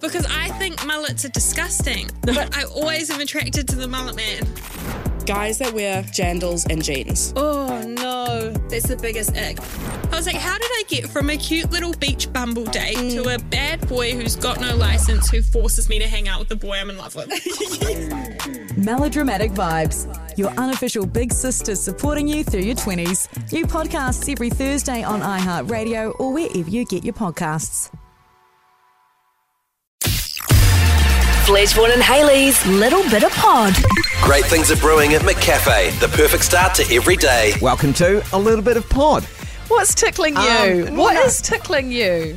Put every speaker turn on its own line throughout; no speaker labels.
because I think mullets are disgusting, but I always am attracted to the mullet man.
Guys that wear jandals and jeans.
Oh no, that's the biggest ick. I was like, how did I get from a cute little beach bumble date to a bad boy who's got no license who forces me to hang out with the boy I'm in love with?
Melodramatic Vibes, your unofficial big sister supporting you through your 20s. New podcasts every Thursday on iHeartRadio or wherever you get your podcasts.
Fledgeborn and Haley's
Little Bit of Pod.
Great things are brewing at McCafe, the perfect start to every day.
Welcome to a little bit of pod.
What's tickling you?
Um,
what
no.
is tickling you?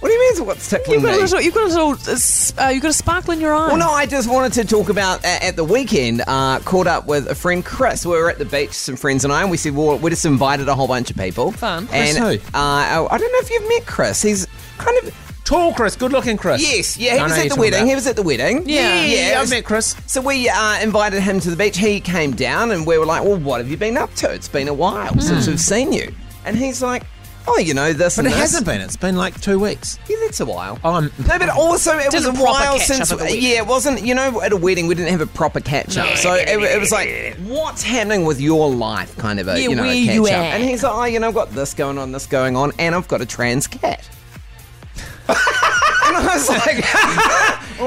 What do you mean? What's tickling
You've got a
me?
little. You've got a little. Uh, s- uh, you've got a sparkle in your eye.
Well, no, I just wanted to talk about uh, at the weekend. Uh, caught up with a friend, Chris. We were at the beach, some friends and I, and we said, "Well, we just invited a whole bunch of people."
Fun.
And
Chris
uh, oh, I don't know if you've met Chris. He's kind of
Tall Chris, good looking Chris.
yes, yeah. He
I know
was at
who you're
the
talking
wedding.
about.
He was at the wedding.
Yeah.
Yeah,
it
I've
was-
met Chris.
So we uh, invited him to the beach. He came down and we were like, "Well, what have you been up to? It's been a while since we've seen you." And he's like, "Oh, you know this."
Hmm. But
and
it
this."
hasn't been. It's been like two weeks.
Yeah, that's a while.
Oh, I'm-
no, but also it was
Didn't
a
proper
while
catch up
since.
at the wedding.
yeah, it wasn't. You know, at a wedding we didn't have a proper catch up, so it, it was like, what's happening with your life, kind of a
Yeah,
you know
where
a catch
you
up.
at?
And he's like, oh, you know, I've got this going on, this going on, and I've got a trans cat. and I was like,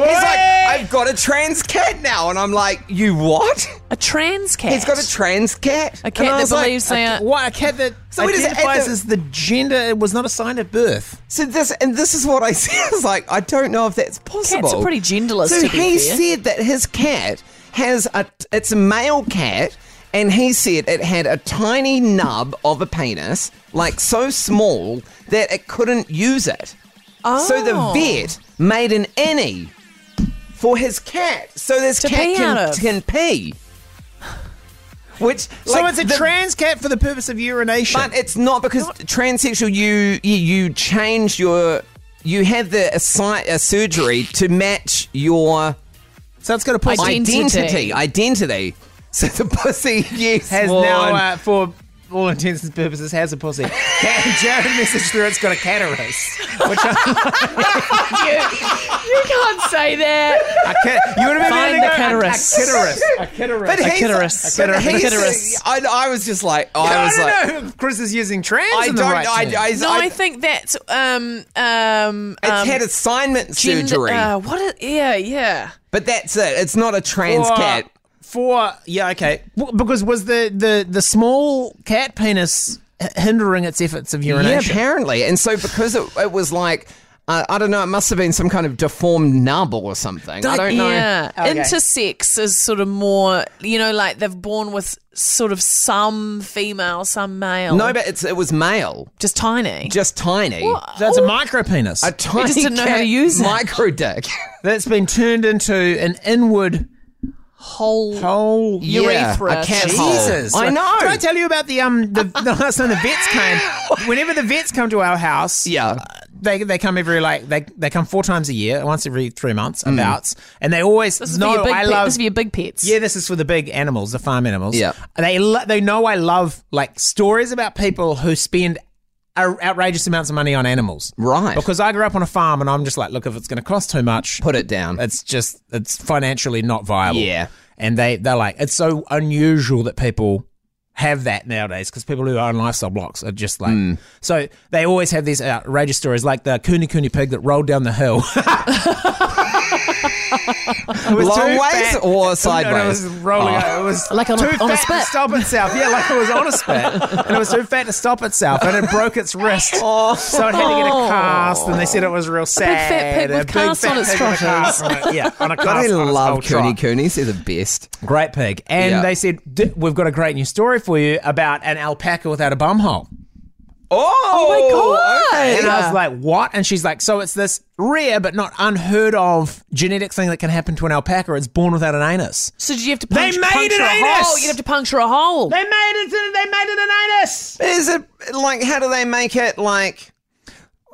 he's like, I've got a trans cat now, and I'm like, you what?
A trans cat.
He's got a trans cat.
A cat
And I
that
was like-
believes they are.
Why a cat that
So it is-
identifies
at the-
as the gender it was not assigned at birth?
So this and this is what I said. I was like, I don't know if that's possible.
Cats are pretty genderless,
So
to be
he
fair.
said that his cat has a it's a male cat, and he said it had a tiny nub of a penis, like so small that it couldn't use it. So the
Oh.
vet made an innie for his cat, so this
To
cat
pee
can,
out of.
can pee. Which
so
like,
it's a
the-
trans cat for the purpose of urination.
but it's not because transsexual. You you, you change your you have the assi- a surgery to match your
so it's got a pussy.
identity.
Identity.
Identity. So the pussy yes
has
one.
now, uh, for all intents and purposes, has a pussy. Cat- Jared messaged through it's got a cataracts. Which I,
You can't say that.
I can't, you would have been
Find
able to
the
go,
cataracts.
A, a cataracts. A cataracts.
but he's-
clitoris.
but
A clitoris.
he's-
A clitoris.
I, I was just like I
I
was
don't
like
know if Chris is using trans
I don't
in the right
I,
term.
I,
No, I think that's um um.
it's
um,
had assignment
gender-
surgery,
Uh, what? Is, yeah, yeah.
but that's it. It's not a trans
for,
cat.
For yeah, okay. W- Because was the the the small cat penis h- hindering its efforts of
Yeah,
urination?
apparently. And so because it, it was like, uh, I don't know, it must have been some kind of deformed nub or something. I don't know.
Yeah,
Okay.
intersex is sort of more, you know, like they've born with sort of some female, some male.
No, but it's, it was male,
just tiny.
just tiny.
That's a micro penis.
Oh. A tiny
just didn't know how
cat
to use it.
micro dick.
that's been turned into an inward
whole.
hole.
Yeah,
Urethra.
a cat
Jesus,
hole. I know.
Did I tell you about the um the, the last time the vets came? Whenever the vets come to our house, uh,
Yeah.
they they come every like they they come four times a year, once every three months,
Mm.
about, and they always
This is for
know
your big.
I
pe-
love
this is for your big pets.
Yeah, this is for the big animals, the farm animals.
Yeah.
they lo- they know I love like stories about people who spend ou- outrageous amounts of money on animals.
Right.
Because I grew up on a farm, and I'm just like, look, if it's going to cost too much,
Put it down.
it's just it's financially not viable.
Yeah.
and they they're like, it's so unusual that people have that nowadays because people who own lifestyle blocks are just like so they always have these outrageous stories like the Cooney Cooney pig that rolled down the hill It was
Long
too
ways
fat.
or
No, no, it
sideways?
was rolling.
Oh.
It was
Like on a-
too
on a
fat
spit.
to stop itself. Yeah, like it was on a spit, and it was too fat to stop itself, and it broke its wrist.
Oh.
So it had to get a cast, and they said it was real sad.
fat pig
A
with
big
cast
fat
on its
pig with a cast on it. Yeah, on a cast.
I
on its
love
old
Cooney
trot.
Coonies. They're the best.
Great pig. And
Yeah.
they said, D- we've got a great new story for you about an alpaca without a bum hole.
Oh,
Oh, my God.
And I was like, what? And she's like, so it's this rare but not unheard of genetic thing that can happen to an alpaca. It's born without an anus.
So did you have to punch,
made
puncture
an
a
anus!
hole? You have to puncture a hole.
They made it. They made it an anus.
Is it like, how do they make it like.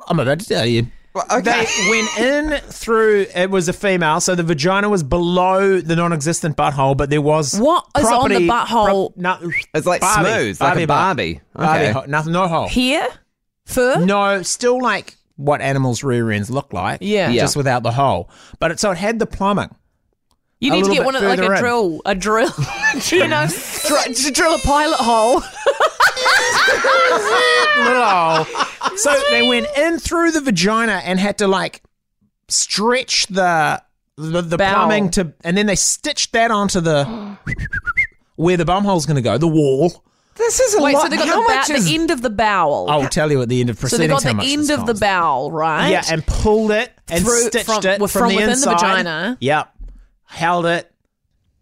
I'm about to tell you.
well, Okay.
They went in through. It was a female, so the vagina was below the non-existent butthole, but there was
What is on the
property-
butthole?
no,
It's like
Barbie.
smooth, like a
butt.
Barbie. Okay.
Barbie hole. nothing, no hole.
Oh. Here, fur.
No, still like what animals' rear ends look like.
Yeah.
Yeah.
Just without the hole. But it, so it had the plumbing.
You
A
need to
little
get
bit
one of like
further
a
in.
drill, a drill, you know, dr- to drill a pilot hole.
Little hole. So they went in through the vagina and had to like stretch the the, the
Bowel.
plumbing to, and then they stitched that onto the where the bum hole's going to go, the wall.
This is a
Wait,
lot.
so they got
How
the,
much
bow-
is
the end of the bowel.
I'll tell you at the end of
so they
proceedings
got the
Oh, how much
end
this
of the
costs.
bowel, right?
Yeah, and pulled it and
Through-
stitched
from-
it
well,
from,
from
the
within the
inside.
vagina.
Yep, held it,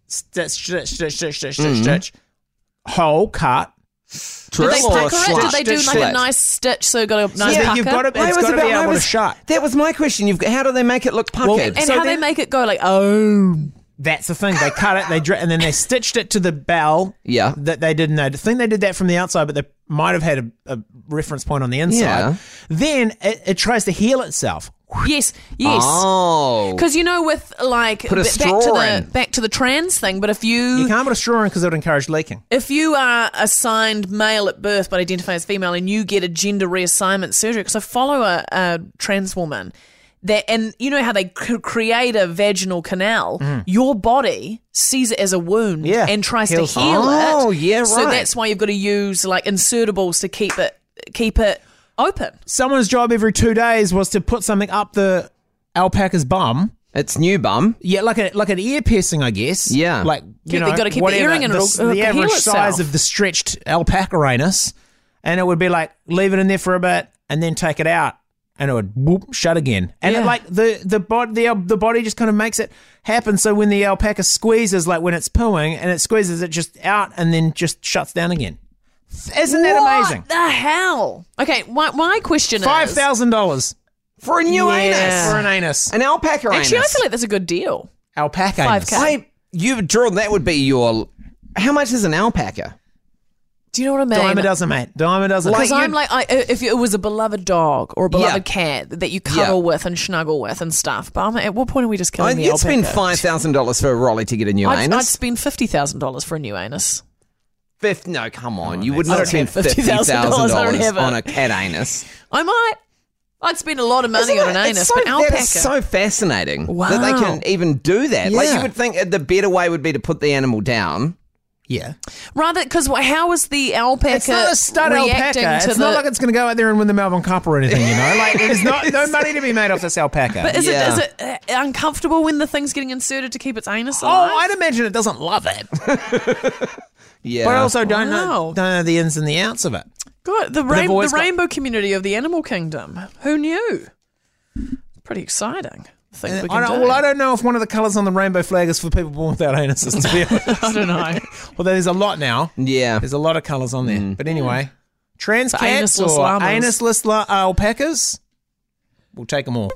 stitch, stitch, stitch, stitch, stitch, stitch, stitch. Hole cut.
Did they
drill or
pucker it? Did
slut?
they do
Stitch
like a
slit.
nice stitch so it got a nice
Yeah,
pucker?
you've got to,
Why
it's
was
got to
it
be
about- why
able to
was-
shut.
That was my question. You've got, how do they make it look puckered?
and
So
how they
then-
make it go like, oh.
That's the thing. They cut it, they dri- and then they stitched it to the bell.
Yeah.
that they didn't know. I think they did that from the outside, but they might have had a, a reference point on the inside.
Yeah.
Then it, it tries to heal itself.
Yes, yes.
oh,
Because you know, with like
a
b- back to
straw
the
in.
back to the trans thing, but if you,
You can't put a straw in because it would encourage leaking.
if you are assigned male at birth but identify as female, and you get a gender reassignment surgery, because I follow a, a trans woman. That, and you know how they c- create a vaginal canal. Your body sees it as a wound
Yeah.
and tries
Heals.
to heal it.
Oh, yeah,
So
right.
that's why you've got to use like insertables to keep it keep it open.
Someone's job every two days was to put something up the alpaca's bum.
it's new bum.
Yeah, like a like an ear piercing, I guess.
Yeah.
like you
Keep-
know,
they gotta keep the
whatever,
earring in,
the,
it'll- it'll
the
heal
average
itself.
size of the stretched alpaca anus, and it would be like leave it in there for a bit and then take it out, and it would whoop shut again, and it,
Yeah.
like the the body the, al- the body just kind of makes it happen. So when the alpaca squeezes, like when it's pooing and it squeezes it just out and then just shuts down again. Isn't that
What
amazing?
The hell. Okay, my, my question
Five
is
thousand dollars
For a new
Yeah.
anus.
for an anus.
An alpaca
Actually, I
anus.
feel like that's a good deal.
alpaca.
Five
anus.
K.
I, you, Jordan, that would be your. How much is an alpaca?
Do you know what I mean?
Dime a dozen, mate. Dime a dozen.
Because I'm like, I, if it was a beloved dog or a beloved cat that you cuddle
Yeah.
with and snuggle with and stuff, but I'm, at what point are we just
I,
killing the
you'd spend
alpaca?
five thousand dollars for a Rolly to get a new
I'd, I'd
anus.
spend fifty thousand dollars for a new anus.
Fifth, no, come on, you would
I
not
don't
spend
have
fifty thousand
$50,000 I don't have
dollars
it.
on a cat anus.
I might. I'd spend a lot of money
Isn't
on
it-
an
it's
anus,
so,
but alpaca.
That is so fascinating that they
Wow.
can even do that. Like
Yeah.
you would think uh, the better way would be to put the animal down.
yeah.
Rather, because how is the alpaca
It's not a stud
reacting
alpaca.
to
It's
the?
not like it's going to go out there and win the Melbourne Cup or anything, you know? Like, there's not, no money to be made off this alpaca.
but is
Yeah.
it is it uh, uncomfortable when the thing's getting inserted to keep its anus
oh,
alive?
I'd imagine it doesn't love it.
Yeah,
But I also don't,
Wow.
know, don't know the ins and the outs of it.
God, the,
they've
rain- the
always got-
rainbow community of the animal kingdom. Who knew? Pretty exciting. Things we
Uh, I
can
don't,
do.
well, I don't know if one of the colours on the rainbow flag is for people born without anuses, to be honest.
I don't know. Mm.
well, there's a lot now.
yeah.
There's a lot of colours on there. But anyway, trans
For
cats
anusless
or
llamas.
anusless la- alpacas, we'll take them all.